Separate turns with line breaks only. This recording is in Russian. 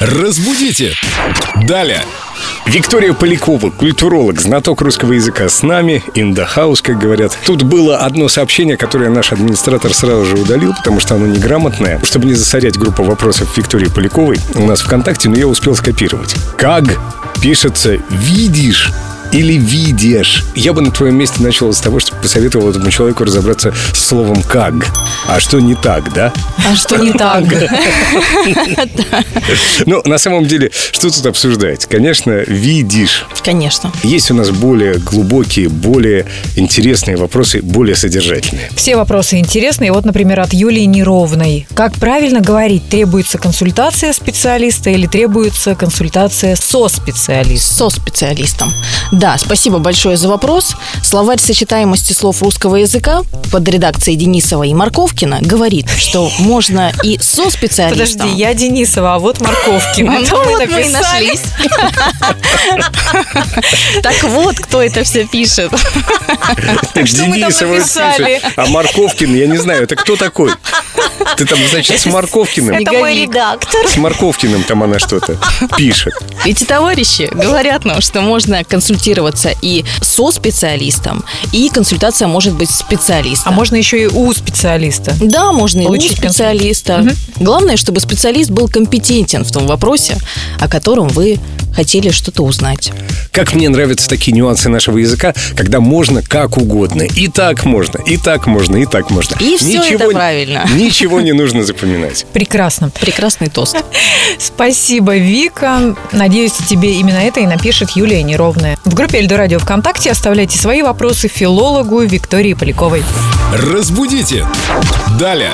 Разбудите! Далее! Виктория Полякова, культуролог, знаток русского языка с нами, in the house, как говорят. Тут было одно сообщение, которое наш администратор сразу же удалил, потому что оно неграмотное. Чтобы не засорять группу вопросов Виктории Поляковой, у нас ВКонтакте, но я успел скопировать. Как пишется «видишь»? или видишь. Я бы на твоем месте начал с того, что посоветовал этому человеку разобраться с словом «как». А что не так, да?
А что не так?
Ну, на самом деле, что тут обсуждать? Конечно, видишь.
Конечно.
Есть у нас более глубокие, более интересные вопросы, более содержательные.
Все вопросы интересные. Вот, например, от Юлии Неровной. Как правильно говорить, требуется консультация специалиста или требуется консультация со специалистом?
со специалистом. Да, спасибо большое за вопрос. Словарь сочетаемости слов русского языка под редакцией Денисова и Марковкина говорит, что можно и со специалистом.
Подожди, я Денисова, а вот Марковкина.
Ну
Это мы
вот мы и
написали.
нашлись. Так вот, кто это все пишет.
что мы там
Денисова, слушай,
написали?
А Марковкин, я не знаю, это кто такой? Ты там, значит, с Марковкиным?
Это мой
редактор.
С Марковкиным там она что-то пишет.
Эти товарищи говорят нам, что можно консультироваться и со специалистом, и консультация может быть специалиста.
А можно еще и у специалиста.
Да, можно и у
Получить консультацию.
специалиста. Главное, чтобы специалист был компетентен в том вопросе, о котором вы хотели что-то узнать.
Как мне нравятся такие нюансы нашего языка, когда можно как угодно. И так можно, и так можно, и так можно.
И всё это правильно.
Ничего не нужно запоминать.
Прекрасно.
Прекрасный тост.
Спасибо, Вика. Надеюсь, тебе именно это и напишет Юлия Неровная. В группе Эльдо Радио ВКонтакте оставляйте свои вопросы филологу Виктории Поляковой.
Разбудите! Далее!